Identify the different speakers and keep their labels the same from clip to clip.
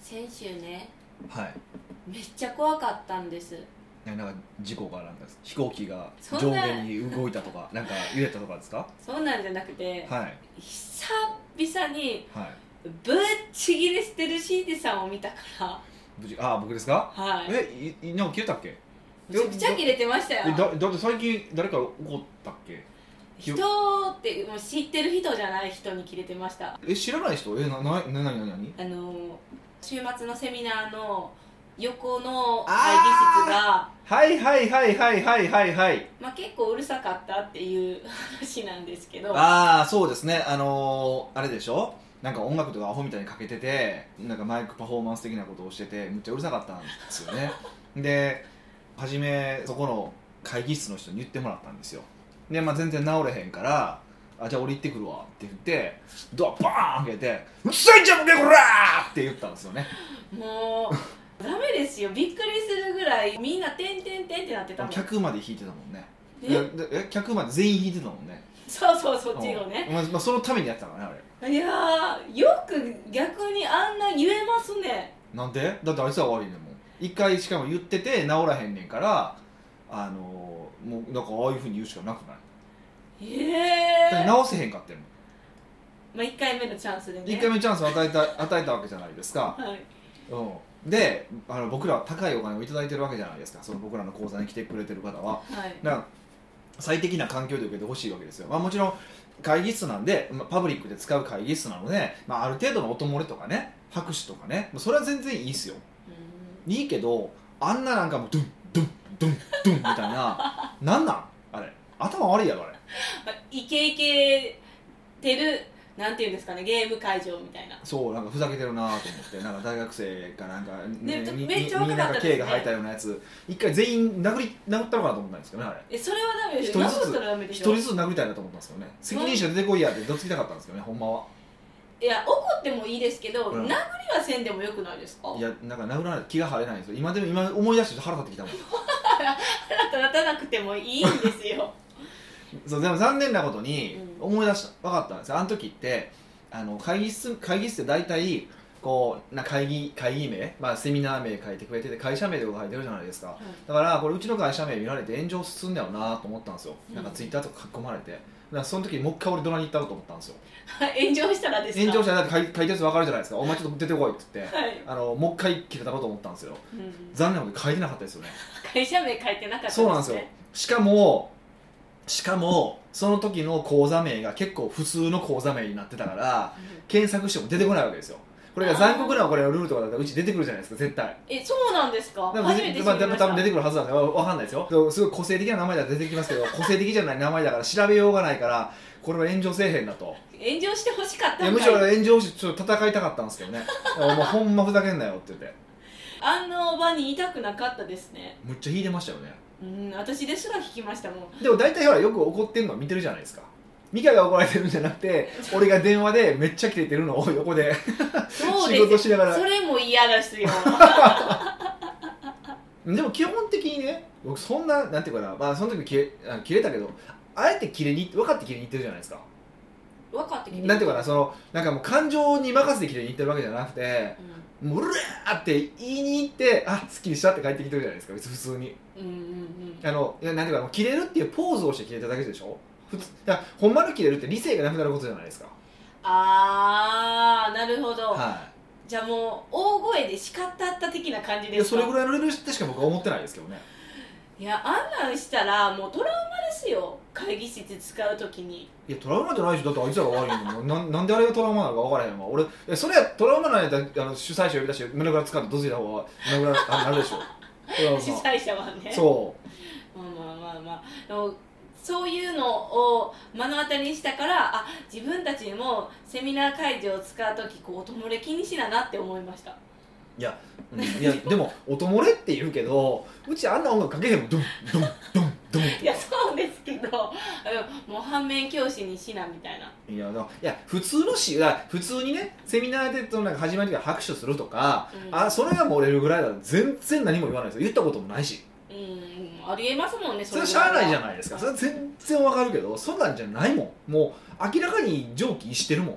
Speaker 1: 先週ね
Speaker 2: はい
Speaker 1: めっちゃ怖かったんです
Speaker 2: ねなんか事故がなんか飛行機が
Speaker 1: そ
Speaker 2: 上
Speaker 1: んな
Speaker 2: 下に動いた とかなんか揺れたとかですか
Speaker 1: そうなんじゃなくて、
Speaker 2: はい
Speaker 1: 久々に
Speaker 2: はい
Speaker 1: ぶっちぎれしてるシーデさんを見たから
Speaker 2: 無事ああ僕ですか
Speaker 1: はい
Speaker 2: えいいなんか消えたっけ
Speaker 1: めちゃくちゃ切れてました
Speaker 2: え
Speaker 1: よ
Speaker 2: だだって最近誰か怒ったっけ
Speaker 1: 人ってもう知ってる人じゃない人に切れてました
Speaker 2: え知らない人えななななななに
Speaker 1: あの週末のセミナーの横の会議
Speaker 2: あー
Speaker 1: 室が
Speaker 2: はいはいはいはいはいはいはい
Speaker 1: まあ、結構うるさかったっていう話なんですけど
Speaker 2: ああそうですねあのー、あれでしょなんか音楽とかアホみたいにかけててなんかマイクパフォーマンス的なことをしててむっちゃうるさかったんですよね で初めそこの会議室の人に言ってもらったんですよで、まあ、全然治れへんからあじゃあ俺行ってくるわって言ってドアバーン開けて「うっさいんじゃんけこらー!」って言ったんですよね
Speaker 1: もうダメですよびっくりするぐらいみんな「てんてんてん」ってなってたもん
Speaker 2: 客まで弾いてたもんね
Speaker 1: ね
Speaker 2: ええ客まで全員弾いてたもんね
Speaker 1: そうそうそっちのね
Speaker 2: うんまあまあ、そのためにやってたからねあれ
Speaker 1: いやーよく逆にあんな言えますね
Speaker 2: なんでだってあいつは悪いねんもん一回しかも言ってて治らへんねんからあのーもうなんかああいうふうに言うしかなくない
Speaker 1: え
Speaker 2: だ
Speaker 1: え
Speaker 2: から治せへんかってんもん
Speaker 1: まあ、1回目のチャンスでね
Speaker 2: 一回目チャンスを与えた与えたわけじゃないです
Speaker 1: は
Speaker 2: か、
Speaker 1: い、
Speaker 2: うん、であの僕らは高いお金を頂いただいてるわけじゃないですかその僕らの講座に来てくれてる方は
Speaker 1: はい、
Speaker 2: だから最適な環境で受けてほしいわけですよ、まあ、もちろん会議室なんで、まあ、パブリックで使う会議室なので、まあ、ある程度の音漏れとかね拍手とかねまあそれは全然いいですよ
Speaker 1: うん
Speaker 2: いいけどあんななんかもうドゥンドゥンドゥンドゥンみたい ななんなんあれ頭悪いやろあれ
Speaker 1: イケイケてるなんていうんですかねゲーム会場みたいな
Speaker 2: そうなんかふざけてるなと思ってなんか大学生かなんか、
Speaker 1: ね
Speaker 2: に
Speaker 1: めっちゃ
Speaker 2: に
Speaker 1: 若
Speaker 2: にな
Speaker 1: か
Speaker 2: ん
Speaker 1: った
Speaker 2: か
Speaker 1: ですね
Speaker 2: 毛が生えたようなやつ一回全員殴り殴ったのかなと思ったんですけどねあれ
Speaker 1: えそれはダメで
Speaker 2: 一
Speaker 1: しょ
Speaker 2: 人ずつ
Speaker 1: 殴ったらダメで
Speaker 2: 一
Speaker 1: し
Speaker 2: 人
Speaker 1: ょ
Speaker 2: ずつ殴りたいなと思ったんですけどね責任者出てこいやってどつきたかったんですけどねほんまはい
Speaker 1: や怒ってもいいですけど、
Speaker 2: うん
Speaker 1: 殴りはせんでもよくないですか
Speaker 2: いやなんか殴らないと気が晴れないんですよ今でも今思い出して腹立ってきたもん
Speaker 1: 腹立たなくてもいいんです よ
Speaker 2: そうでも残念なことに
Speaker 1: うん
Speaker 2: 思い出した分かったんですよあの時ってあの会議室会議室って大体こうな会議会議名、まあ、セミナー名書いてくれてて会社名とか書いてるじゃないですかだからこれうちの会社名見られて炎上すんだよなと思ったんですよ
Speaker 1: うん
Speaker 2: なんかツイッターとか書き込まれてだからその時にもう一回俺ドラに行ったろうと思ったんですよ
Speaker 1: 炎上したらですか
Speaker 2: 炎上したらだって書い書いたやつ分かるじゃないですかお前ちょっと出てこいって言って
Speaker 1: はい、
Speaker 2: あのもう一回切れたろうと思ったんですよ
Speaker 1: うん
Speaker 2: 残念なこと書いてなかったですよね
Speaker 1: 会社名書いてなかった
Speaker 2: そうなんですよしかもしかもその時の口座名が結構普通の口座名になってたから
Speaker 1: うん
Speaker 2: 検索しても出てこないわけですよこれが残酷なこれルールとかだったらうち出てくるじゃないですか絶対
Speaker 1: えそうなんですか
Speaker 2: でも
Speaker 1: 初めて知りました、
Speaker 2: まあ多分出てくるはずなんですよわかんないですよでもすごい個性的な名前だと出てきますけど個性的じゃない名前だから調べようがないからこれは炎上せえへんだと
Speaker 1: 炎上してほしかっ
Speaker 2: い
Speaker 1: た
Speaker 2: や
Speaker 1: ん
Speaker 2: む
Speaker 1: か
Speaker 2: し
Speaker 1: い
Speaker 2: ろ炎上してちょっと戦いたかったんですけどね もうほんまふざけんなよって言って
Speaker 1: あの場にいたくなかったですね
Speaker 2: むっちゃ引いてましたよね
Speaker 1: うん私ですら聞きましたもん
Speaker 2: でも大体ほらよく怒ってるのは見てるじゃないですかミカが怒られてるんじゃなくて俺が電話でめっちゃキレてるのを横で
Speaker 1: そう
Speaker 2: 仕事
Speaker 1: です
Speaker 2: しながら
Speaker 1: それも嫌です よ
Speaker 2: でも基本的にね僕そんななんていうかなまあその時キレあキレたけどあえてキレに分かってキレに行ってるじゃないですか
Speaker 1: 分かってきて
Speaker 2: なんていうかなそのなんかもう感情に任せてキレに行ってるわけじゃなくて
Speaker 1: う
Speaker 2: もううるーって言いに行ってあすっきりしたって帰ってきてるじゃないですか別に普通に
Speaker 1: んうんうん
Speaker 2: あのいやなんていうかなキレるっていうポーズをしてキレただけでしょ普通だからほんまのキレるって理性がなくなることじゃないですか
Speaker 1: あーなるほど、
Speaker 2: はい
Speaker 1: じゃあもう大声で叱ったった的な感じ
Speaker 2: い
Speaker 1: で
Speaker 2: や
Speaker 1: すか
Speaker 2: それぐらいのレベルでしか僕は思ってないですけどね
Speaker 1: いやあんなんしたらもうトラウマですよ会議室使うときに
Speaker 2: いやトラウマじゃないでしょだってあいつらが悪いんだもんなんなんであれがトラウマなのか分からへんわ俺いやそれはトラウマなんやったらあの主催者呼び出して胸ぐらつかんでどついた方が胸ぐらあなるでしょトラウマ
Speaker 1: 主催者はね
Speaker 2: そ
Speaker 1: まあまあまあまあでもそういうのを目の当たりにしたからあ自分たちもセミナー会場を使う時こう音漏れ気にしななって思いました
Speaker 2: う、うんいやでも音漏れって言うけどうちあんな音楽かけへんもんドンドンドンドン
Speaker 1: いやそうですけどうんもう反面教師にしなみたいない
Speaker 2: やだいや普通のしだから普通にねセミナーでそのなんか始まりから拍手するとか、
Speaker 1: うん
Speaker 2: あそれが漏れるぐらいだら全然何も言わないですよ言ったこともないし
Speaker 1: うんうんありえますもんね
Speaker 2: それはしゃあないじゃないですかそれ
Speaker 1: そ
Speaker 2: は全然わかるけどそんなんじゃないもんもう明らかに常軌逸してるも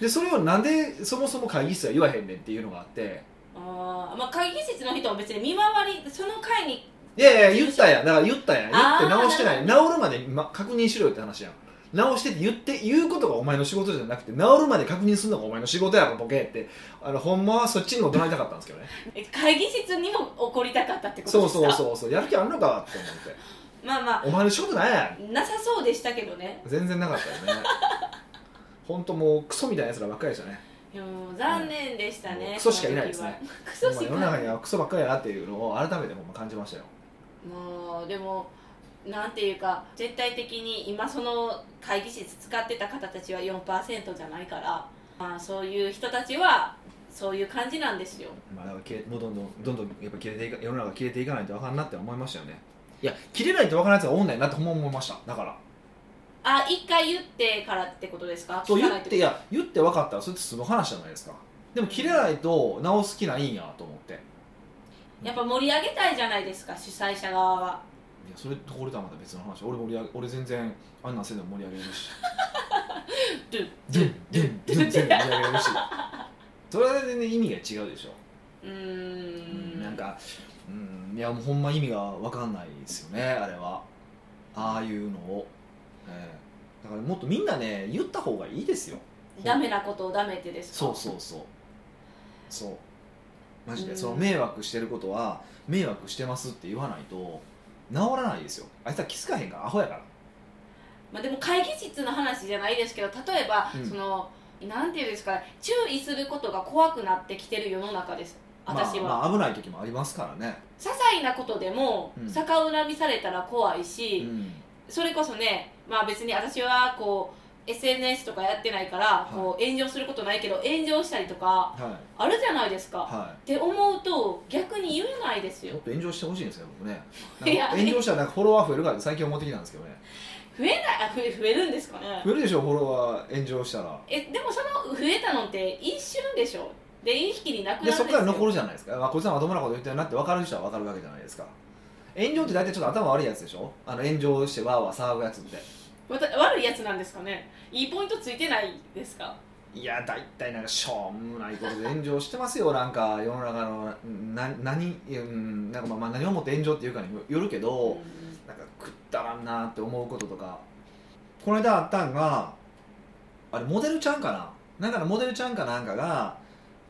Speaker 2: んでそれをなんでそもそも会議室は言わへんねんっていうのがあって
Speaker 1: あーまあ会議室の人も別に見回りその会に
Speaker 2: いやいや言ったやんだから言ったやん言
Speaker 1: あ
Speaker 2: っ
Speaker 1: ー
Speaker 2: て直してない
Speaker 1: な
Speaker 2: 治るまで、ま、確認しろよって話やん直してって言って言うことがお前の仕事じゃなくて治るまで確認するのがお前の仕事やろボケってあのほんまはそっちにも怒鳴りたかったんですけどね
Speaker 1: え会議室にも怒りたかったってこと
Speaker 2: そ
Speaker 1: です
Speaker 2: う
Speaker 1: か
Speaker 2: そうそうそうやる気あんのかって思って
Speaker 1: まあま
Speaker 2: お前の仕事なんや
Speaker 1: あなさそうでしたけどね
Speaker 2: 全然なかった よねほんともうクソみたいなやつらばっかりでしたね
Speaker 1: いやもう残念でした
Speaker 2: も
Speaker 1: ね
Speaker 2: うクソしかいないですね
Speaker 1: その時はクソし
Speaker 2: ほんま世
Speaker 1: か
Speaker 2: の
Speaker 1: いな
Speaker 2: 中
Speaker 1: い
Speaker 2: にはクソばっかりやなっていうのを改めてほんま感じましたよ
Speaker 1: もうでもなんていうか絶対的に今その会議室使ってた方たちは4%じゃないから、まあ、そういう人たちはそういう感じなんですよ
Speaker 2: まあ、だから切れもうどんどんどんどんやっぱ切れていか世の中切れていかないと分かんなって思いましたよねいや切れないと分からないやつがおんねんなってほんま思いましただから
Speaker 1: あ一回言ってからってことですか
Speaker 2: そう
Speaker 1: 聞か
Speaker 2: 言
Speaker 1: ない
Speaker 2: っていや言って分かったらそれって済む話じゃないですかでも切れないと直す気ないんやと思ってい
Speaker 1: やっぱ盛り上げたいじゃないですか主催者側は
Speaker 2: やそれとこれとはまた別の話俺盛り上げ俺全然あんなんせんでも盛り上げれるし
Speaker 1: ドゥ
Speaker 2: ドゥンドゥンドゥン全部盛り上げれるしそれは全然意味が違うでしょ
Speaker 1: うーん
Speaker 2: なんか、うん、いやもうほんま意味が分かんないですよねあれはああいうのを、ええだからもっとみんなね言った方がいいですよ
Speaker 1: ダメなことをダメってですか
Speaker 2: そうそうそうそうマジで、
Speaker 1: うん
Speaker 2: その迷惑してることは迷惑してますって言わないと治らないですよあいつは気づかへんからアホやから
Speaker 1: まあ、でも会議室の話じゃないですけど例えば、
Speaker 2: うん
Speaker 1: そのなんていうんですかね注意することが怖くなってきてる世の中です私は、
Speaker 2: まあ、まあ危ない時もありますからね、
Speaker 1: 些細なことでも、
Speaker 2: うん
Speaker 1: 逆恨みされたら怖いうし、
Speaker 2: ん、
Speaker 1: それこそねまあ別に私はこう SNS とかやってないから、
Speaker 2: い
Speaker 1: こう炎上することないけど炎上したりとか
Speaker 2: はい
Speaker 1: あるじゃないですか、
Speaker 2: は
Speaker 1: って思うと逆に言えないです
Speaker 2: い
Speaker 1: よ
Speaker 2: もっと炎上してほしいんですよ僕ね
Speaker 1: いや
Speaker 2: なんか炎上したらなんかフォロワー増えるからって最近思ってきたんですけどね
Speaker 1: 増えないあ増え増えるんですかね
Speaker 2: 増えるでしょフォロワー炎上したら
Speaker 1: えでもその増えたのって一瞬でしょで一気になくなるん
Speaker 2: で
Speaker 1: です
Speaker 2: そ
Speaker 1: よ
Speaker 2: こから残るじゃないですか、まあ、こいつはまともなこと言ってるなって分かる人は分かるわけじゃないですか炎上って大体ちょっと頭悪いやつでしょあの炎上してわーわー騒ぐやつって
Speaker 1: わた悪いやつなんですかねいいポイントついてないですか
Speaker 2: いや大体なんかしょうもないことで炎上してますよなんか世の中のな何うんなんかまあまあ何をもって炎上っていうかにもよるけど、
Speaker 1: うん
Speaker 2: なんかくったらんなって思うこととかこの間あったんがあれモデルちゃんかななんかのモデルちゃんかなんかが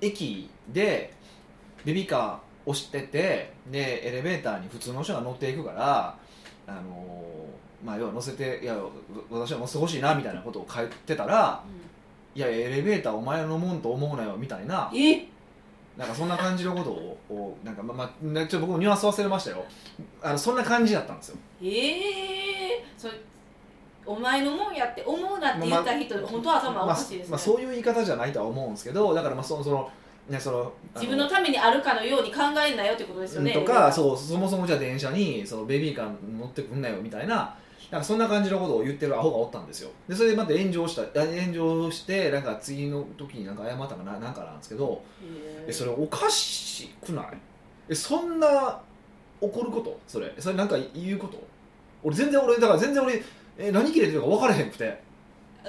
Speaker 2: 駅でベビーカー押しててでエレベーターに普通の人が乗っていくからあのーまあ要は乗せていや私は乗せてほしいなみたいなことを書いてたらいやエレベーターお前のもんと思うなよみたいな
Speaker 1: え
Speaker 2: なんかそんな感じのことををなんかまあまあなちょっと僕もニュアンス忘れましたよあのそんな感じだったんですよ
Speaker 1: ええそれお前のもんやって思うなって言った人、本当は頭おかしいですね、
Speaker 2: まあまあそういう言い方じゃないとは思うんですけどだからまあそのそのねそのあ
Speaker 1: 自分のためにあるかのように考えんなよってことですよね
Speaker 2: とかそうそもそもじゃあ電車にそのベビーカー乗ってくんなよみたいななんかそんな感じのことを言ってるアホがおったんですよでそれでまた炎上したあ炎上してなんか次の時になんか謝ったかななんかなんですけど
Speaker 1: へえ
Speaker 2: えそれおかしくないえそんな怒ることそれそれなんか言うこと俺全然俺だから全然俺え何切れてるか分からへんくて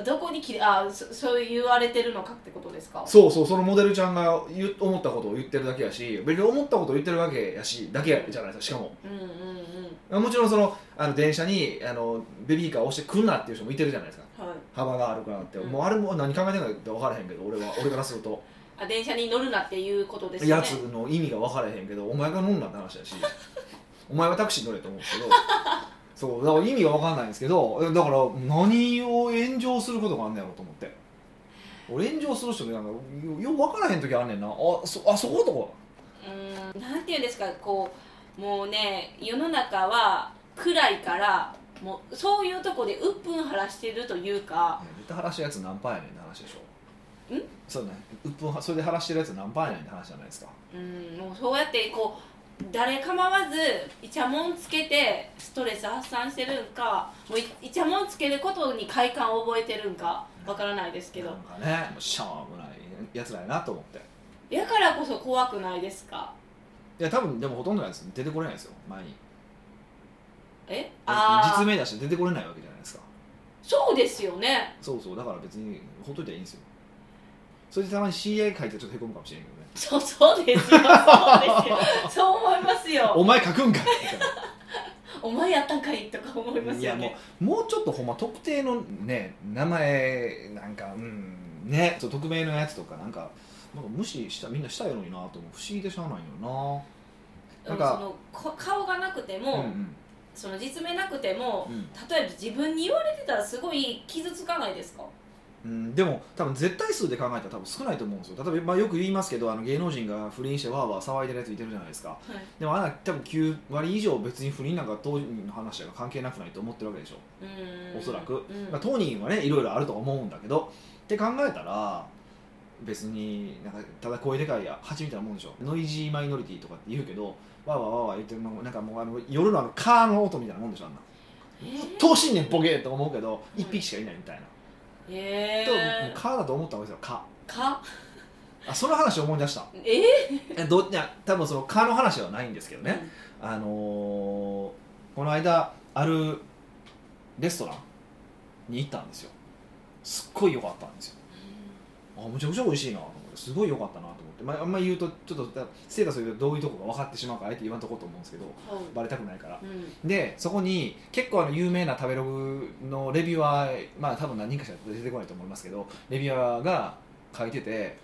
Speaker 1: どこに切れあそそう言われてるのかってことですか
Speaker 2: そうそうそのモデルちゃんが言う思ったことを言ってるだけやし別に思ったことを言ってるわけやしだけやじゃないですかしか
Speaker 1: うんうんうん
Speaker 2: ももちろんそのあの電車にあのベビーカーを押してくんなっていう人もいてるじゃないですか
Speaker 1: はい
Speaker 2: 幅があるからって、
Speaker 1: うん
Speaker 2: もうあれも何考えてんのかって分からへんけど俺は俺からすると、
Speaker 1: あ電車に乗るなっていうことですよ
Speaker 2: や
Speaker 1: ね
Speaker 2: つの意味が分からへんけどお前が乗んなって話やしお前はタクシー乗れと思うんですけど そうだから意味が分かんないんですけどえだから何を炎上することがあんねやろと思って俺炎上する人ってなんかよよう分からへん時あんねんなあそあそことか
Speaker 1: うんなんていうんですかこうもうね世の中は暗いからもうそういうとこで鬱憤晴らしてるというか
Speaker 2: いや絶対晴らしてるやつ何パーやねんって話でしょ
Speaker 1: ん
Speaker 2: そうねうっぷんはそれで晴らしてるやつ何パーやねんって話じゃないですか
Speaker 1: うんもうそうやってこう誰構わずイチャモンつけてストレス発散してるんかもういイチャモンつけることに快感を覚えてるんかわからないですけ
Speaker 2: な
Speaker 1: ど
Speaker 2: んかねもうしょうもないやつらやなと思って
Speaker 1: やからこそ怖くないですか
Speaker 2: いや多分でもほとんどのやつ出てこれないですよ前に
Speaker 1: えあ
Speaker 2: 実
Speaker 1: あ
Speaker 2: 名出して出てこれないわけじゃないですか
Speaker 1: そうですよね
Speaker 2: そうそうだから別にほっといたらいいんですよそれでたまに CI 書いてちょっとへこむかもしれんけどね
Speaker 1: そうそうですよそう ですよそう思います
Speaker 2: お
Speaker 1: よ
Speaker 2: 前書くんかい
Speaker 1: お前やったんかいとか思い
Speaker 2: みた
Speaker 1: ま
Speaker 2: いな
Speaker 1: す
Speaker 2: いや
Speaker 1: よ
Speaker 2: も
Speaker 1: ね
Speaker 2: うもうちょっとほんま特定のね名前なんかうんねそう匿名のやつとかなんかなんか無視したみんなしたやろになと思う不思議でしゃあないよ
Speaker 1: う
Speaker 2: なん
Speaker 1: ん
Speaker 2: か
Speaker 1: そのこ顔がなくて
Speaker 2: な
Speaker 1: も、
Speaker 2: うん
Speaker 1: その実名なくても、
Speaker 2: うん
Speaker 1: 例えば自分に言われてたらすごい傷つかないですか
Speaker 2: うん、でも多分絶対数で考えたら多分少ないと思うんですよ例えば、まあ、よく言いますけどあの芸能人が不倫してわーわー騒いでるやついてるじゃないですかでもあんな多分9割以上別に不倫なんか当人の話が関係なくないと思ってるわけでしょ、
Speaker 1: うーん
Speaker 2: おそらく、
Speaker 1: うん
Speaker 2: まあ、当人はねいろいろあると思うんだけどって考えたら別になんかただ声でかいや蜂みたいなもんでしょノイジーマイノリティとかって言うけどわーわーわーわー言ってるなんかもうあの夜のあのカーの音みたいなもんでしょあんな
Speaker 1: えー
Speaker 2: 等身ねんボケーと思うけど
Speaker 1: うん
Speaker 2: 一匹しかいないみたいな、
Speaker 1: え
Speaker 2: ともう
Speaker 1: ー、
Speaker 2: カーだと思ったわけですよカ
Speaker 1: か
Speaker 2: あその話思い出した
Speaker 1: え
Speaker 2: えどいや多分その蚊の話はないんですけど
Speaker 1: ー、
Speaker 2: ね、あのーこの間あるレストランに行ったんですよすっごい良かったんですよあむちゃくちゃ美味しいなと思ってすごい良かったなと思って、まあ、あんまり言うとちょっとステータスで言うとどういうとこが分かってしまうからあえて言わんとこうと思うんですけど
Speaker 1: うん
Speaker 2: バレたくないから
Speaker 1: うん
Speaker 2: でそこに結構あの有名な食べログのレビュアーまあ多分何人かしか出てこないと思いますけどレビュアーが書いてて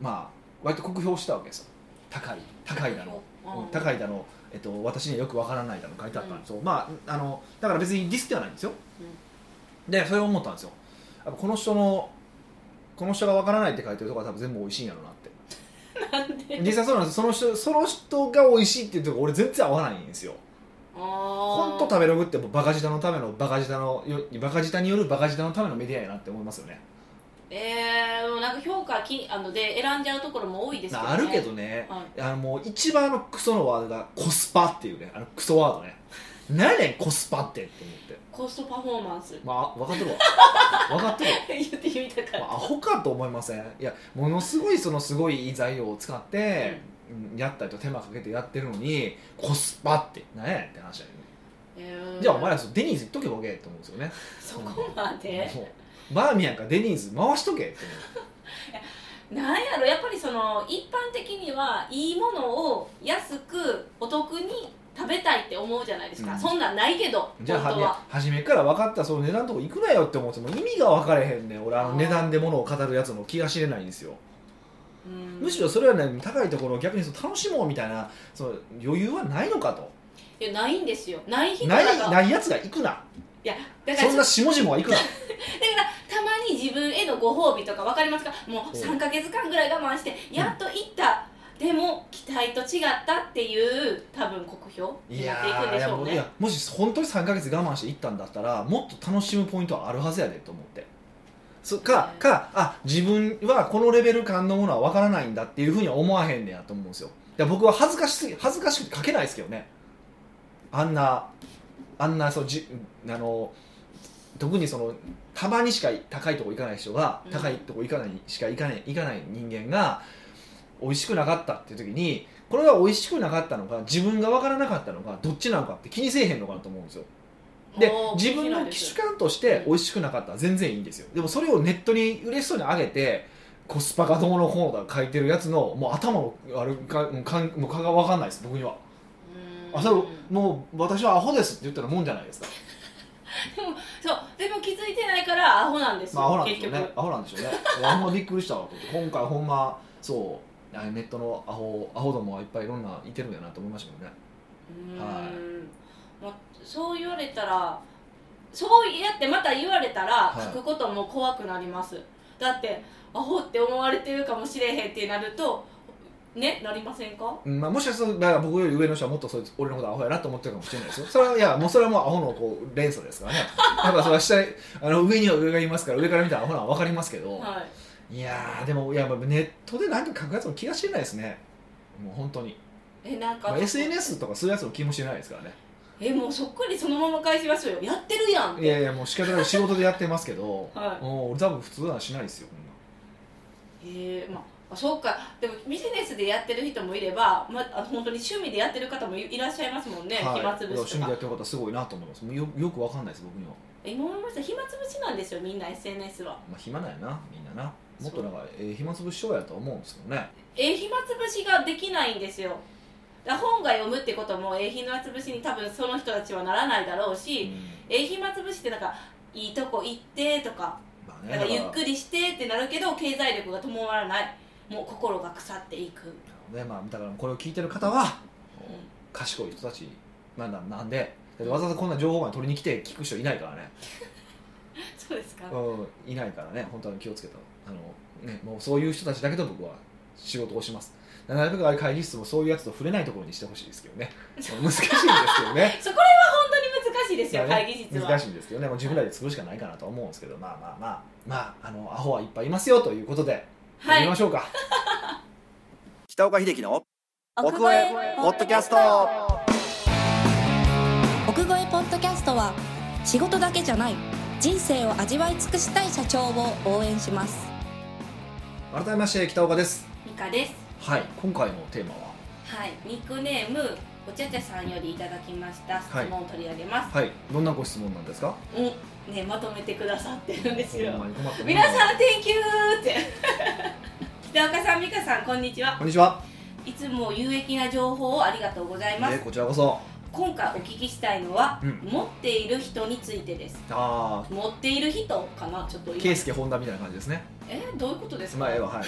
Speaker 2: まあ割と酷評したわけですよ高い高いだの
Speaker 1: うん
Speaker 2: 高いだの、えっと、私にはよくわからないだの書いてあったんですよ、まああのだから別にディスではないんですよ、でそれを思ったんですよやっぱこの人のこの人がわからないって書いてるとこは多分全部美味しいんやろうなって
Speaker 1: なんで
Speaker 2: 実際そうなんですその人その人が美味しいっていうとこ俺全然合わないんですよ
Speaker 1: 本
Speaker 2: 本当食べログってもうバカ舌のためのバカ舌のよバカ舌によるバカ舌のためのメディアやなって思いますよね
Speaker 1: えー、でもなんか評価きあので選んじゃうところも多いですけど、ね、
Speaker 2: あるけどね
Speaker 1: はい、
Speaker 2: あのもう一番あのクソのワードがコスパっていうねあのクソワード ね何やねんコスパってって思って
Speaker 1: コストパフォーマンス
Speaker 2: まあ分かっとるわ分かっとるわ
Speaker 1: 言ってみたか
Speaker 2: ま
Speaker 1: ら、
Speaker 2: あアホかと思いませんいやものすごいそのすごいいい材料を使って、うんやったりと手間かけてやってるのにコスパって何やねんって話だよね、
Speaker 1: えー
Speaker 2: じゃあお前らそうデニーズ行っとけボケって思うんですよね
Speaker 1: そこまで
Speaker 2: もうバーミヤンかデニーズ回しとけって
Speaker 1: なんやろやっぱりその一般的にはいいものを安くお得に食べたいって思うじゃないですか、
Speaker 2: うん
Speaker 1: そんなんないけど
Speaker 2: じゃあ
Speaker 1: 本
Speaker 2: は
Speaker 1: 当
Speaker 2: いや
Speaker 1: は
Speaker 2: 初めから分かったその値段のとこ行くなよって思っても意味が分かれへんねん俺あ
Speaker 1: あ
Speaker 2: の
Speaker 1: ー
Speaker 2: 値段で物を語るやつの気が知れないんですよ
Speaker 1: うん
Speaker 2: むしろそれはね高いところを逆にその楽しもうみたいなその余裕はないのかと
Speaker 1: いやないんですよない人
Speaker 2: な
Speaker 1: だ
Speaker 2: い
Speaker 1: から
Speaker 2: ないやつが行くな
Speaker 1: だから
Speaker 2: そんな下々は行くな
Speaker 1: たまに自分へのご褒美とか分かりますかもう
Speaker 2: うん
Speaker 1: 3か月間ぐらい我慢してやっと行った、でも期待と違ったっていう多分酷評に
Speaker 2: い
Speaker 1: な
Speaker 2: や
Speaker 1: っていくん
Speaker 2: ー
Speaker 1: で
Speaker 2: い
Speaker 1: し
Speaker 2: や
Speaker 1: ょう
Speaker 2: もうい
Speaker 1: ね
Speaker 2: やもし本当に3か月我慢して行ったんだったらもっと楽しむポイントはあるはずやでと思ってそか
Speaker 1: ね
Speaker 2: かあ自分はこのレベル感のものは分からないんだっていうふうには思わへんねやと思うんですよいや僕は恥ずかしすぎ恥ずかしくて書けないですけどねあんなあんなそうじあの特にそのたまにしか高いとこ行かない人が、
Speaker 1: うん
Speaker 2: 高いとこ行かないしか行かない行かない人間が美味しくなかったっていう時にこれは美味しくなかったのか自分が分からなかったのかどっちなのかって気にせえへんのかなと思うんですよで
Speaker 1: もう
Speaker 2: 自分の
Speaker 1: 面白いです
Speaker 2: 主観として美味しくなかったら全然いいんですよでもそれをネットに嬉しそうに上げてコスパがどうのこうのとか書いてるやつのもう頭のあるかもうかんもうかが分かんないです僕には
Speaker 1: うーん
Speaker 2: あそれもう私はアホですって言ったらもんじゃないですか
Speaker 1: そうでも気づいてないからアホなんですよ、
Speaker 2: まあ、アホなんで
Speaker 1: 結
Speaker 2: しょう
Speaker 1: 局、
Speaker 2: ねアホなんでしょうねあんまびっくりしたわと思って今回ほんまそうあネットのアホアホどもはいっぱいいろんないてるんだなと思いましたけどね
Speaker 1: うーん
Speaker 2: は
Speaker 1: まあ、そう言われたらそうやってまた言われたら
Speaker 2: はい
Speaker 1: 書くことも怖くなります、だってアホって思われてるかもしれへんってなるとねなりませんか
Speaker 2: うんまあ、もしかするとだから僕より上の人はもっとそいつ俺のことアホやなと思ってるかもしれないですよそれはいやもうそれはもうアホのこう連鎖ですからねやっぱそれは下にあの上には上がいますから上から見たらアホなのは分かりますけど、
Speaker 1: はい
Speaker 2: い、やーでもいやまあネットでなんか書くやつの気が知れないですねもう本当に、
Speaker 1: えなんか、
Speaker 2: まあ、SNS とかそういうやつの気もしてないですからね
Speaker 1: えもうそっくりそのまま返しますよやってるやんって
Speaker 2: いやいやもう仕方なく仕事でやってますけど、
Speaker 1: はい
Speaker 2: もう俺多分普通ならしないですよこんな
Speaker 1: えーまあそうかでもビジネスでやってる人もいれば、まあ、本当に趣味でやってる方もいいらっしゃいますもんね、
Speaker 2: はい、
Speaker 1: 暇つぶ
Speaker 2: いや
Speaker 1: しと
Speaker 2: 趣味でや
Speaker 1: か
Speaker 2: ってる方すごいなと思いますよよくわかんないです僕には、
Speaker 1: 今思いました暇つぶしなんですよみんな SNS は
Speaker 2: まあ、暇なんやなみんななもっとなんか、えー暇つぶしようやと思うんですけどね
Speaker 1: え暇つぶしができないんですよだから本が読むってこともえ暇つぶしに多分その人たちはならないだろう
Speaker 2: う
Speaker 1: し、
Speaker 2: ん
Speaker 1: え暇つぶしってなんかいいとこ行ってとか
Speaker 2: まあ
Speaker 1: な
Speaker 2: ね
Speaker 1: んかゆっ
Speaker 2: り
Speaker 1: くりしてってなるけど経済力が伴わないもう心が腐っていく、
Speaker 2: ねまあだからこれを聞いてる方は
Speaker 1: うん
Speaker 2: 賢い人たちなんだなんでだってわざわざこんな情報まで取りに来て聞く人いないからね
Speaker 1: そうですか、
Speaker 2: うん、いないからね、本当は気をつけたあの、ね、もうそういう人たちだけと僕は仕事をします。なるべくあれ会議室もそういうやつと触れないところにしてほしいですけ どね、難しいんですけどね。
Speaker 1: そこら辺は本当に難しいですよ、
Speaker 2: まあね
Speaker 1: 会議室は
Speaker 2: 難しいんですけどね、もう自分らで作るしかないかなと思うんですけど、まあまあまあ、まあ、あの、アホはいっぱいいますよということで、
Speaker 1: は
Speaker 2: やり
Speaker 1: い
Speaker 2: ましょうか。北岡秀樹の
Speaker 3: 奥越えポッドキャスト
Speaker 4: 奥越えポッドキャストは仕事だけじゃない人生を味わい尽くしたい社長を応援します
Speaker 2: 改めまして北岡です。
Speaker 1: ミカです
Speaker 2: はい、今回のテーマは、
Speaker 1: はいニックネームおちゃちゃさんよりいただきました質問を取り上げます、
Speaker 2: はい、どんなご質問なんですか
Speaker 1: うんねまとめてくださってるんですよ
Speaker 2: ほんまに困ったもんだ
Speaker 1: 皆さん「Thank you」って 北岡さん美香さんこんにちは
Speaker 2: こんにちは。
Speaker 1: いつも有益な情報をありがとうございま
Speaker 2: え
Speaker 1: す
Speaker 2: こちらこそ。
Speaker 1: 今回お聞きしたいのは、
Speaker 2: うん
Speaker 1: 持っている人についてです
Speaker 2: ああ、
Speaker 1: 持っている人かなちょっと今
Speaker 2: ケイスケホンダみたいな感じですね。
Speaker 1: えどういうことですか、
Speaker 2: まあ、ええわ、はい。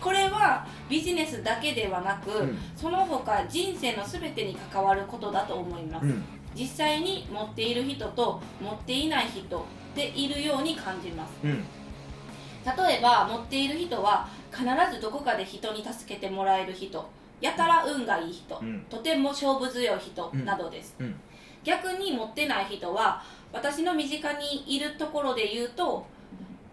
Speaker 1: これはビジネスだけではなく、
Speaker 2: うん
Speaker 1: その他人生の全てに関わることだと思います、
Speaker 2: うん、
Speaker 1: 実際に持っている人と持っていない人でいるように感じます
Speaker 2: うん、
Speaker 1: 例えば持っている人は必ずどこかで人に助けてもらえる人やたら運がいい人、
Speaker 2: うん、
Speaker 1: とても勝負強い人
Speaker 2: うん
Speaker 1: などです、
Speaker 2: うん
Speaker 1: 逆に持ってない人は私の身近にいるところで言うと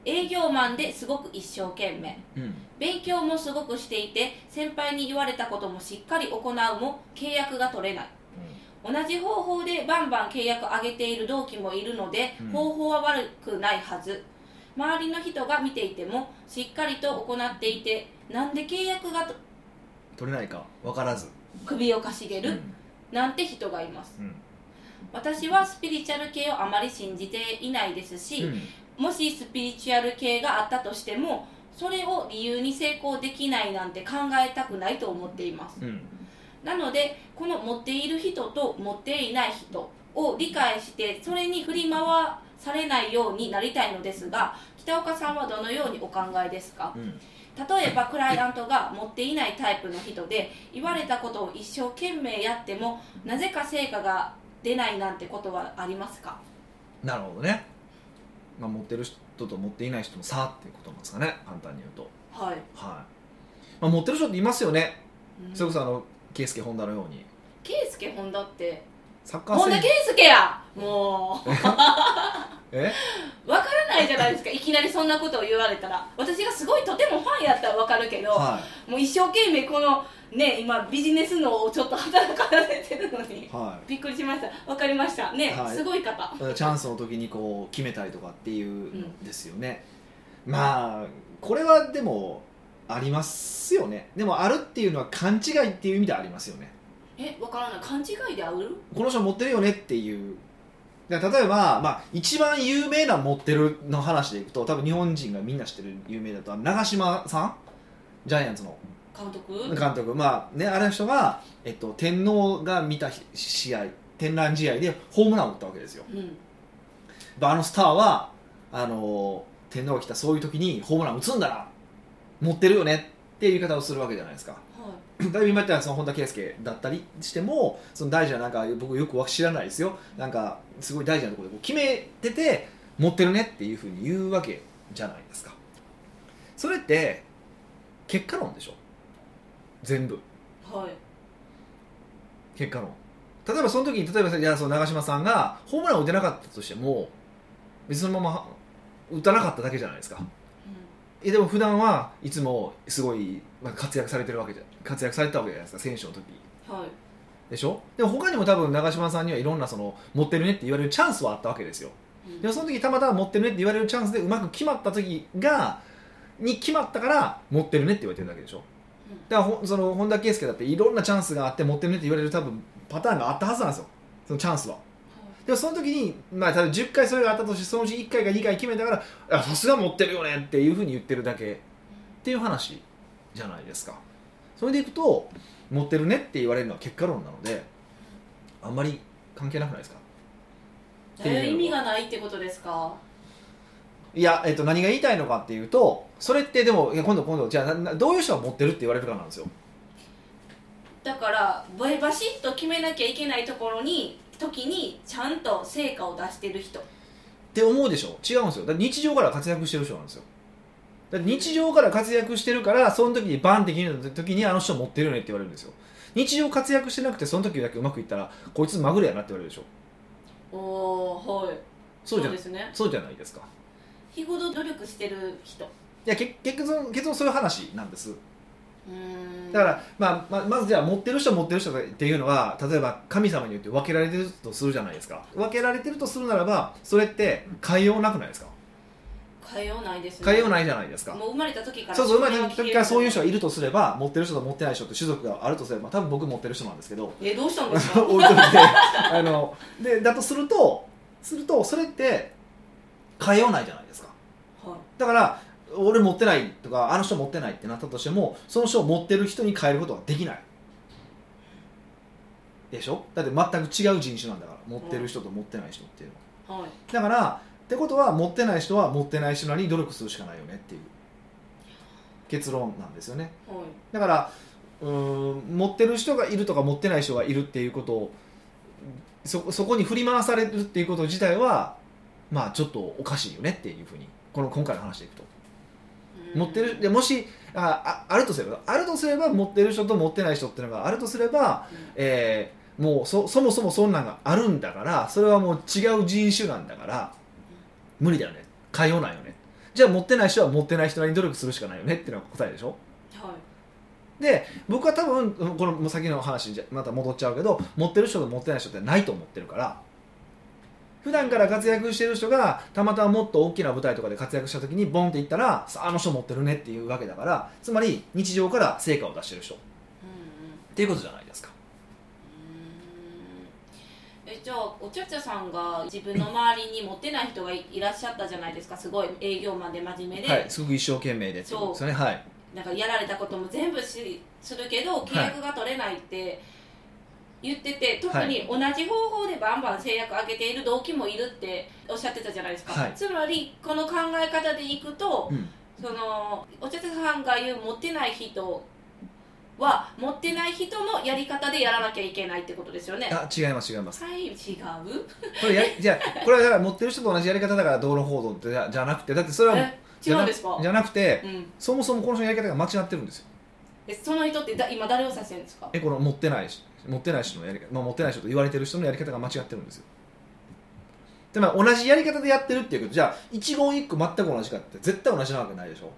Speaker 1: 営業マンですごく一生懸命
Speaker 2: うん、
Speaker 1: 勉強もすごくしていて先輩に言われたこともしっかり行うも契約が取れない同じ方法でバンバン契約上げている同期もいるので、
Speaker 2: うん
Speaker 1: 方法は悪くないはず周りの人が見ていてもしっかりと行っていてなんで契約がと
Speaker 2: 取れないか分からず。
Speaker 1: 首をかしげ
Speaker 2: う
Speaker 1: る
Speaker 2: ん、
Speaker 1: なんて人がいます
Speaker 2: うん、
Speaker 1: 私はスピリチュアル系をあまり信じていないですし、もしスピリチュアル系があったとしてもそれを理由に成功できないなんて考えたくないと思っています
Speaker 2: うん、
Speaker 1: なのでこの持っている人と持っていない人を理解してそれに振り回されないようになりたいのですが北岡さんはどのようにお考えですか
Speaker 2: うん、
Speaker 1: 例えばクライアントが持っていないタイプの人で言われたことを一生懸命やってもなぜか成果が出ないなんてことはありますか
Speaker 2: なるほどね。まあ、持ってる人と持っていない人の差っていうことなんですかね、簡単に言うと。
Speaker 1: はい、
Speaker 2: はい。まあ、持ってる人っていますよね。
Speaker 1: うん、
Speaker 2: それこそ、あの、ケイスケホンダのように。
Speaker 1: 圭介本田って
Speaker 2: サッカー
Speaker 1: 本田圭介やもう
Speaker 2: え、
Speaker 1: わからないじゃないですかいきなりそんなことを言われたら私がすごいとてもファンやったらわかるけど、
Speaker 2: は
Speaker 1: もう一生懸命このね今ビジネス脳をちょっと働かせてるのに
Speaker 2: い。は
Speaker 1: びっくりしましたわかりましたね、
Speaker 2: はい
Speaker 1: すごい方
Speaker 2: い。チャンスの時に、こう、決めたりとかっていうのですよね。まあ、これはでも。ありますよねでもあるっていうのは勘違いっていう意味ではありますよね
Speaker 1: えわからない勘違いである
Speaker 2: この人持ってるよねっていうだから例えば、まあ、一番有名な持ってるの話でいくと多分日本人がみんな知ってる有名だと長嶋さんジャイアンツの
Speaker 1: 監督
Speaker 2: 監督、まあね、あれの人が、えっと、天皇が見た試合天覧試合でホームランを打ったわけですよ
Speaker 1: うん
Speaker 2: あのスターはあの天皇が来たそういう時にホームラン打つんだな持ってるよねっていう言い方をするわけじゃないですか
Speaker 1: はい
Speaker 2: だいぶ今言ったらその本田圭佑だったりしてもその大事ななんか僕よくは知らないですよなんかすごい大事なところでこう決めてて持ってるねっていうふうに言うわけじゃないですかそれって結果論でしょ全部
Speaker 1: はい
Speaker 2: 結果論例えばその時に例えばいやその長嶋さんがホームランを打てなかったとしても別にそのまま打たなかっただけじゃないですかえでも普段はいつもすごいまあ活躍されてるわけじゃ活躍されてたわけじゃないですか選手の時
Speaker 1: うんはい
Speaker 2: でしょでも他にも多分長嶋さんにはいろんなその持ってるねって言われるチャンスはあったわけですよ
Speaker 1: うん
Speaker 2: でもその時たまたま持ってるねって言われるチャンスでうまく決まった時がに決まったから持ってるねって言われてるだけでしょだからほその本田圭佑だっていろんなチャンスがあって持ってるねって言われる多分パターンがあったはずなんですよそのチャンスはでもその時に、まあ、例えば10回それがあったとしてそのうち1回か2回決めたからあさすが持ってるよねっていうふうに言ってるだけっていう話じゃないですかそれでいくと持ってるねって言われるのは結果論なのであんまり関係なくないですかっていう
Speaker 1: え意味がないってことですか
Speaker 2: いや、えっと、何が言いたいのかっていうとそれってでもいや今度今度じゃあななどういう人が持ってるって言われるかなんですよ
Speaker 1: だからババシッと決めなきゃいけないところに時にちゃんと成果を出してる人
Speaker 2: って思うでしょ違うんですよだって日常から活躍してる人なんですよだって日常から活躍してるからその時にバンって決めた時にあの人持ってるよねって言われるんですよ日常活躍してなくてその時だけうまくいったらこいつまぐれやなって言われるでしょ
Speaker 1: おおはい
Speaker 2: そうじゃ
Speaker 1: ですね
Speaker 2: そうじゃないですか
Speaker 1: 日ごと努力してる人
Speaker 2: いや結結論結論そういう話なんです
Speaker 1: うーん
Speaker 2: だから、まあまあ、まずじゃあ持ってる人持ってる人っていうのは例えば神様によって分けられてるとするじゃないですか分けられてるとするならばそれって変えようなくないですか
Speaker 1: 変えようないですね
Speaker 2: 変えようないじゃないですか
Speaker 1: もう生まれた時から
Speaker 2: そうそう、生まれた時からそういう人が
Speaker 1: い
Speaker 2: いるとすれば、持ってる人と持ってない人と種族があるとすれば、多分僕持ってる人なんですけ ど、
Speaker 1: えどうしたん ですか
Speaker 2: 置いといて、あの、で、だとすると、すると、それって変えようないじゃないですか。
Speaker 1: は
Speaker 2: だから、俺持ってないとか、あの人持ってないってなったとしても、その人を持ってる人に変えることはできない。でしょだって全く違う人種なんだから、持ってる人と持ってない人っていうのは。
Speaker 1: いはい
Speaker 2: だから、ってことは、持ってない人は持ってない人なりに努力するしかないよねっていう結論なんですよね。
Speaker 1: はい
Speaker 2: だからうーん持ってる人がいるとか持ってない人がいるっていうことをそそこに振り回されるっていうこと自体はまあちょっとおかしいよねっていうふうにこの今回の話でいくと、
Speaker 1: うん
Speaker 2: 持ってるでもしあああるとすればあるとすれば持ってる人と持ってない人っていうのがあるとすれば、
Speaker 1: うん
Speaker 2: えーもうそそもそもそんなんがあるんだからそれはもう違う人種なんだから無理だよね変えようないよねじゃあ持ってない人は持ってない人なりに努力するしかないよねっていうのが答えでしょ
Speaker 1: はい
Speaker 2: で僕は多分この先の話にまた戻っちゃうけど持ってる人と持ってない人ってないと思ってるから普段から活躍してる人がたまたまもっと大きな舞台とかで活躍した時にボンっていったらさああの人持ってるねっていうわけだからつまり日常から成果を出してる人っ
Speaker 1: うんうん
Speaker 2: ていうことじゃないですか
Speaker 1: うーんえじゃあおちゃちゃさんが自分の周りに持ってない人がいいらっしゃったじゃないですかすごい営業マンで真面目で、
Speaker 2: はいすごく一生懸命でっていうことですよねはい
Speaker 1: なんかやられたことも全部しするけど契約が取れないって言ってて、特に同じ方法でバンバン制約上げている動機もいるっておっしゃってたじゃないですか、
Speaker 2: はい
Speaker 1: つまりこの考え方でいくと
Speaker 2: うん
Speaker 1: そのお茶さんが言う持ってない人は持ってない人のやり方でやらなきゃいけないってことですよね
Speaker 2: あ違います違います
Speaker 1: はい違う
Speaker 2: これやじゃあこれはだから持ってる人と同じやり方だから道路報道ってじゃじゃなくてだってそれは
Speaker 1: え違うんですか
Speaker 2: じゃなくて
Speaker 1: うん、
Speaker 2: そもそもこの人のやり方が間違ってるんですよ
Speaker 1: えその人ってだ今誰を指してるんですか
Speaker 2: えこの持ってないし持ってない人のやり方、まあ、持ってない人と言われてる人のやり方が間違ってるんですよでまあ同じやり方でやってるっていうけどじゃあ一言一句全く同じかって絶対同じなわけないでしょ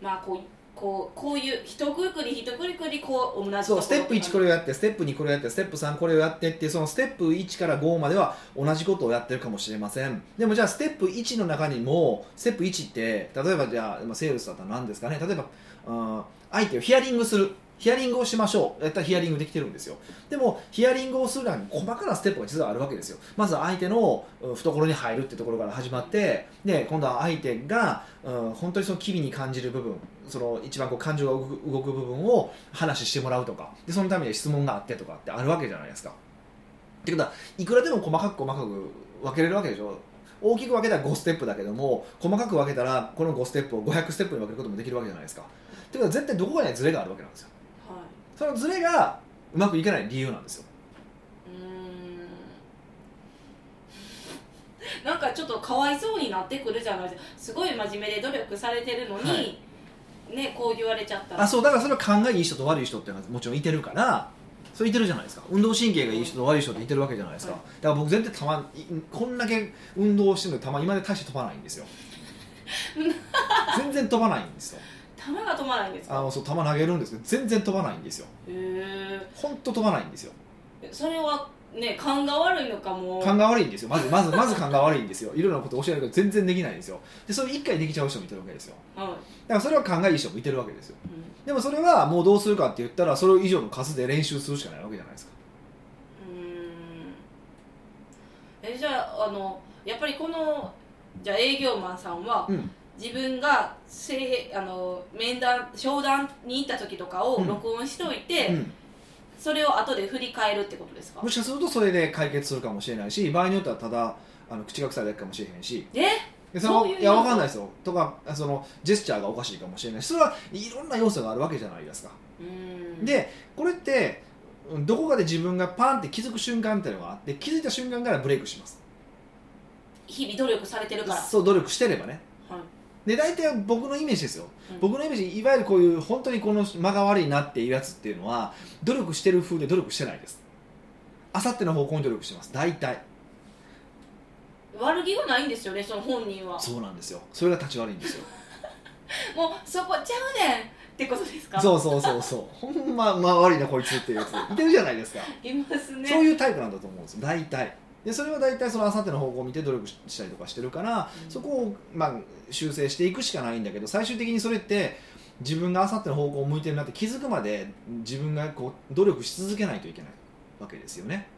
Speaker 1: まあこうこうこういう一くくり一くりくりこう同じところ
Speaker 2: そうステップ1これをやってステップ2これをやってステップ3これをやってっていうそのステップ1から5までは同じことをやってるかもしれませんでもじゃあステップ1の中にもステップ1って例えばじゃあまあセールスだったら何ですかね例えばうん相手をヒアリングするヒアリングをしましょうやったらヒアリングできてるんですよでもヒアリングをするのに細かなステップが実はあるわけですよまず相手のうん懐に入るってところから始まってで今度は相手がうん本当にその機微に感じる部分その一番こう感情が動く動く部分を話してもらうとかでそのためには質問があってとかってあるわけじゃないですかってことはいくらでも細かく細かく分けれるわけでしょ大きく分けたら5ステップだけども細かく分けたらこの5ステップを500ステップに分けることもできるわけじゃないですかってことは絶対どこかにはズレがあるわけなんですよ
Speaker 1: は
Speaker 2: そのズレがうまくいかない理由なんですよ
Speaker 1: いうーん なんかちょっとかわいそうになってくるじゃないですかすごい真面目で努力されてるのに、
Speaker 2: は
Speaker 1: ねこう言われちゃったら
Speaker 2: あそうだからそれは勘がいい人と悪い人っていうのはもちろんいてるからそれいてるじゃないですか運動神経がいい人と悪い人っていてるわけじゃないですか、
Speaker 1: はい
Speaker 2: だから僕全然たまいこんだけ運動してるのにたま今まで大して飛ばないんです よ全然飛ばないんですよ
Speaker 1: 球が止まないんです
Speaker 2: あ
Speaker 1: か
Speaker 2: のそう球投げるんですけど全然飛ばないんですよ
Speaker 1: へえ
Speaker 2: 本当飛ばないんですよ
Speaker 1: それはね勘が悪いのかも
Speaker 2: 勘が悪いんですよまずまずまず勘が悪いんですよいろんなこと教えられるけど全然できないんですよでそれ一回できちゃう人もいてるわけですよ
Speaker 1: はい
Speaker 2: だからそれは勘がいい人もいてるわけですよ
Speaker 1: うん
Speaker 2: でもそれはもうどうするかって言ったらそれ以上の数で練習するしかないわけじゃないですか
Speaker 1: うーんえじゃああのやっぱりこのじゃあ営業マンさんは、
Speaker 2: うん
Speaker 1: 自分がせあの面談商談に行った時とかを
Speaker 2: うん
Speaker 1: 録音しといて、
Speaker 2: うん
Speaker 1: それを後で振り返るってことですか
Speaker 2: もしかするとそれで解決するかもしれないし場合によってはただあの口が臭いだけかもしれへんし
Speaker 1: え
Speaker 2: でその
Speaker 1: そういう
Speaker 2: いや
Speaker 1: 要素
Speaker 2: わかんないですよとかそのジェスチャーがおかしいかもしれないしそれはいろんな要素があるわけじゃないですか、
Speaker 1: うん
Speaker 2: でこれってうんどこかで自分がパンって気づく瞬間っていうのがあって気づいた瞬間からブレイクします
Speaker 1: 日々努力されてるから、
Speaker 2: そう努力してればね
Speaker 1: はい
Speaker 2: で大体僕のイメージですよ、
Speaker 1: うん
Speaker 2: 僕のイメージいわゆるこういう本当にこの間が悪いなっていうやつっていうのは努力してる風で努力してないですあさっての方向に努力してます大体
Speaker 1: 悪気がないんですよねその本人は
Speaker 2: そうなんですよそれが立ち悪いんですよ
Speaker 1: もうそこちゃうねんってことですか
Speaker 2: そうそうそうそう ほんま間悪いなこいつっていうやついてるじゃないですか、
Speaker 1: いますね
Speaker 2: そういうタイプなんだと思うんですよ大体でそれは大体そのあさっての方向を見て努力したりとかしてるから、
Speaker 1: うん
Speaker 2: そこを、まあ、修正していくしかないんだけど最終的にそれって自分があさっての方向を向いてるなって気づくまで自分がこう努力し続けないといけないわけですよね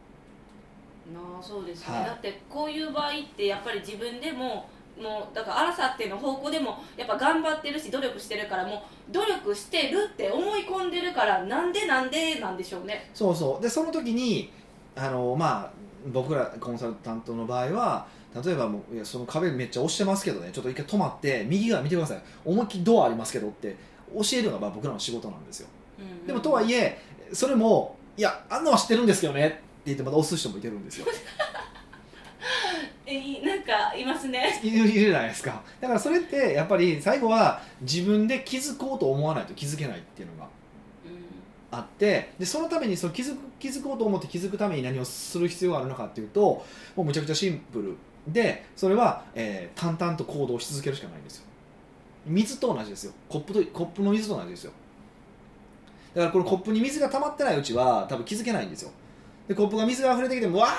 Speaker 1: なあそうですね、
Speaker 2: はい
Speaker 1: だってこういう場合ってやっぱり自分でももうだからあらさっての方向でもやっぱ頑張ってるし努力してるからもう努力してるって思い込んでるからなんでなんでなんでしょうね
Speaker 2: そうそうでその時にあのまあ僕らコンサルタントの場合は例えばもういやその壁めっちゃ押してますけどねちょっと一回止まって右側見てください思いっきりドアありますけどって教えるのがまあ僕らの仕事なんですよでもとはい
Speaker 1: え
Speaker 2: えそれもいやあんのは知ってるんですけどねって言ってまた押す人もいてるんですよ
Speaker 1: えいなんかいますね
Speaker 2: いるいるじゃないですかだからそれってやっぱり最後は自分で気づこうと思わないと気づけないっていうのが
Speaker 1: う
Speaker 2: あってでそのためにその気づく気づこうと思って気づくために何をする必要があるのかっていうともうむちゃくちゃシンプルでそれは、えー淡々と行動し続けるしかないんですよ水と同じですよコップとコップの水と同じですよだからこのコップに水が溜まってないうちは多分気づけないんですよでコップが水が溢れてきてもわ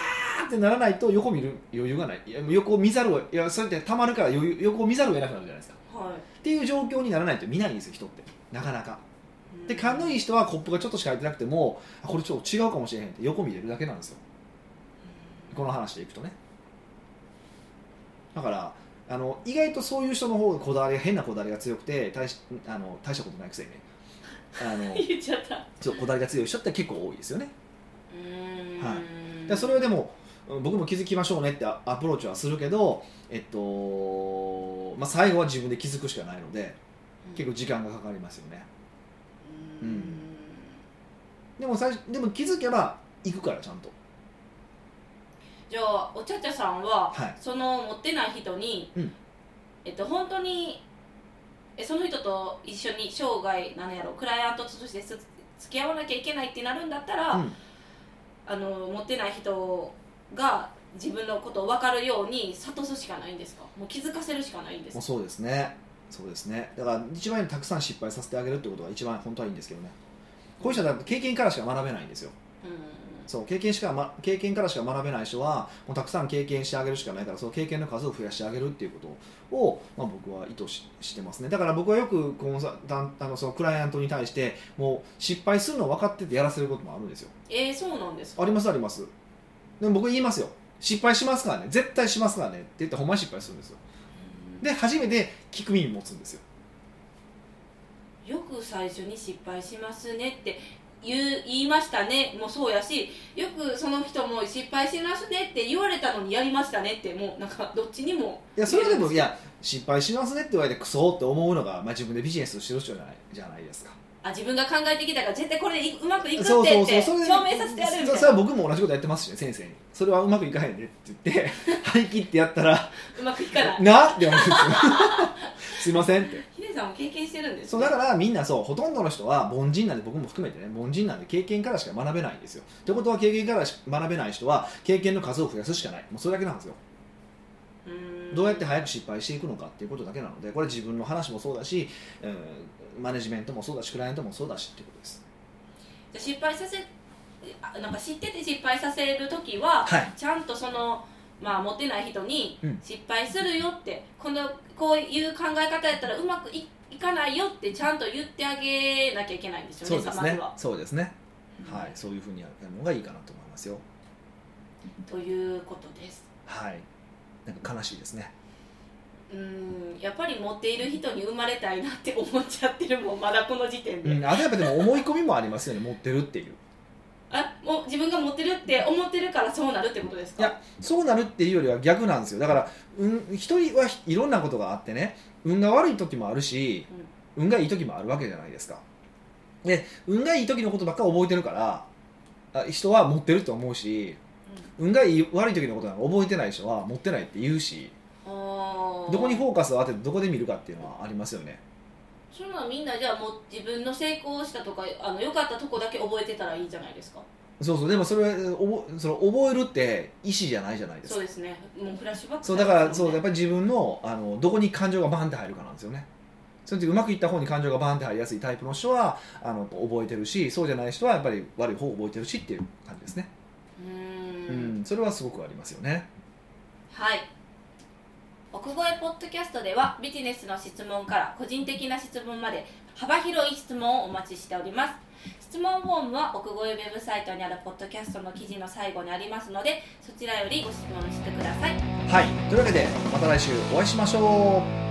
Speaker 2: ーってならないと横見る余裕がないいや横を見ざるをいやそれって溜まるから余裕横を見ざるを得なくなるじゃないですか
Speaker 1: んは
Speaker 2: っていう状況にならないと見ないんですよ人ってなかなか
Speaker 1: い
Speaker 2: で勘の
Speaker 1: い
Speaker 2: いい人はコップがちょっとしか空いてなくてもあこれちょっと違うかもしれへんって横見れるだけなんですよこの話でいくとねだからあの意外とそういう人の方がこだわりが変なこだわりが強くて大しあの大したことないくせにねあ の
Speaker 1: 言っちゃった
Speaker 2: そうこだわりが強い人って結構多いですよね
Speaker 1: うーん
Speaker 2: はだからそれはでもうん僕も気づきましょうねってアアプローチはするけど、えっとまあ、最後は自分で気づくしかないので結構時間がかかりますよね
Speaker 1: うーん
Speaker 2: でも最初でも気づけば行くからちゃんと
Speaker 1: じゃあおちゃちゃさんは、
Speaker 2: はい
Speaker 1: その持ってない人に、
Speaker 2: うん
Speaker 1: えっと本当にえその人と一緒に生涯なんやろクライアントとしてす付き合わなきゃいけないってなるんだったら、
Speaker 2: うん
Speaker 1: あの持ってない人が自分のことを分かるように諭すしかないんですかもう気づかせるしかないんです
Speaker 2: もう
Speaker 1: か
Speaker 2: そうですねそうですねだから一番たくさん失敗させてあげるってことが一番本当はいいんですけどねこういう人はだって経験からしか学べないんですよ
Speaker 1: うん
Speaker 2: そう経験しか、ま、経験からしか学べない人はもうたくさん経験してあげるしかないからその経験の数を増やしてあげるっていうことを、まあ、僕は意図ししてますねだから僕はよくコンサタンあのそのクライアントに対してもう失敗するの分かっててやらせることもあるんですよ
Speaker 1: えー、そうなんですか
Speaker 2: ありますありますでも僕言いますよ失敗しますからね絶対しますからねって言ってほんまに失敗するんですよ
Speaker 1: うん
Speaker 2: で初めて聞く耳持つんですよ
Speaker 1: よく最初に失敗しますねって言う言いましたねもそうやしよくその人も失敗しますねって言われたのにやりましたねってもうなんかどっちにも
Speaker 2: いやそれでもいや失敗しますねって言われてクソって思うのが、まあ、自分でビジネスをしてる人じゃないじゃないですか
Speaker 1: あ自分が考えてきたから絶対これでいうまくいくって
Speaker 2: そうそう
Speaker 1: っ
Speaker 2: そう
Speaker 1: て
Speaker 2: そ
Speaker 1: 証
Speaker 2: れで
Speaker 1: 明させてやるみたい
Speaker 2: そそれ
Speaker 1: な
Speaker 2: は僕も同じことやってますしね先生にそれはうまくいかへんねって言って 張り切ってやったら
Speaker 1: うまくいかない
Speaker 2: なって言われるんですよすいませんって
Speaker 1: ヒデさんも経験してるんですね
Speaker 2: そうだからみんなそうほとんどの人は凡人なんで僕も含めてね凡人なんで経験からしか学べないんですよってことは経験からし学べない人は経験の数を増やすしかないもうそれだけなんですよ
Speaker 1: うーん
Speaker 2: どうやって早く失敗していくのかっていうことだけなのでこれ自分の話もそうだし、うんマネジメントもそうだしクライアントもそうだしっていうことです
Speaker 1: じゃあ失敗させあなんか知ってて失敗させる時は、
Speaker 2: はい
Speaker 1: ちゃんとそのまあ持ってない人に
Speaker 2: うん
Speaker 1: 失敗するよって、このこういう考え方やったらうまくいいかないよってちゃんと言ってあげなきゃいけないんですよねまずは、
Speaker 2: そうですね、
Speaker 1: うん
Speaker 2: はいそういうふうにやるのがいいかなと思いますよ
Speaker 1: ということです
Speaker 2: はいなんか悲しいですね
Speaker 1: うんやっぱり持っている人に生まれたいなって思っちゃってるもんまだこの時点で、
Speaker 2: うん、あとやっぱでも思い込みもありますよね持ってるっていう
Speaker 1: あもう自分が持ってるって思ってるからそうなるってことです
Speaker 2: い
Speaker 1: か
Speaker 2: やそうなるっていうよりは逆なんですよだから、うん、一人はいろんなことがあってね運が悪い時もあるし、運がいい時もあるわけじゃないですかで運がいい時のことばっか覚えてるからあ人は持ってると思うし運がいい悪い時のことなんか覚えてない人は持ってないって言うし
Speaker 1: ど
Speaker 2: どこにフォーカスを当ててどこで見るかっていうのはありますよね
Speaker 1: そういうのはみんなじゃあもう自分の成功したとかあの良かったとこだけ覚えてたらいいじゃないですか
Speaker 2: そうそうでもそれおぼその覚えるって意思じゃないじゃないです
Speaker 1: そう
Speaker 2: か
Speaker 1: ですねもうフラッシュバック
Speaker 2: そうだからそうや
Speaker 1: だ
Speaker 2: っぱり自分のあのどこに感情がバンって入るかなんですよねそれってうまくいった方に感情がバンって入りやすいタイプの人はあの覚えてるしそうじゃない人はやっぱり悪い方を覚えてるしっていう感じですね
Speaker 1: うーん
Speaker 2: うんそれはすごくありますよね
Speaker 1: はい奥越えポッドキャストではビジネスの質問から個人的な質問まで幅広い質問をお待ちしております質問フォームは奥越えウェブサイトにあるポッドキャストの記事の最後にありますのでそちらよりご質問してください
Speaker 2: はいというわけでまた来週お会いしましょう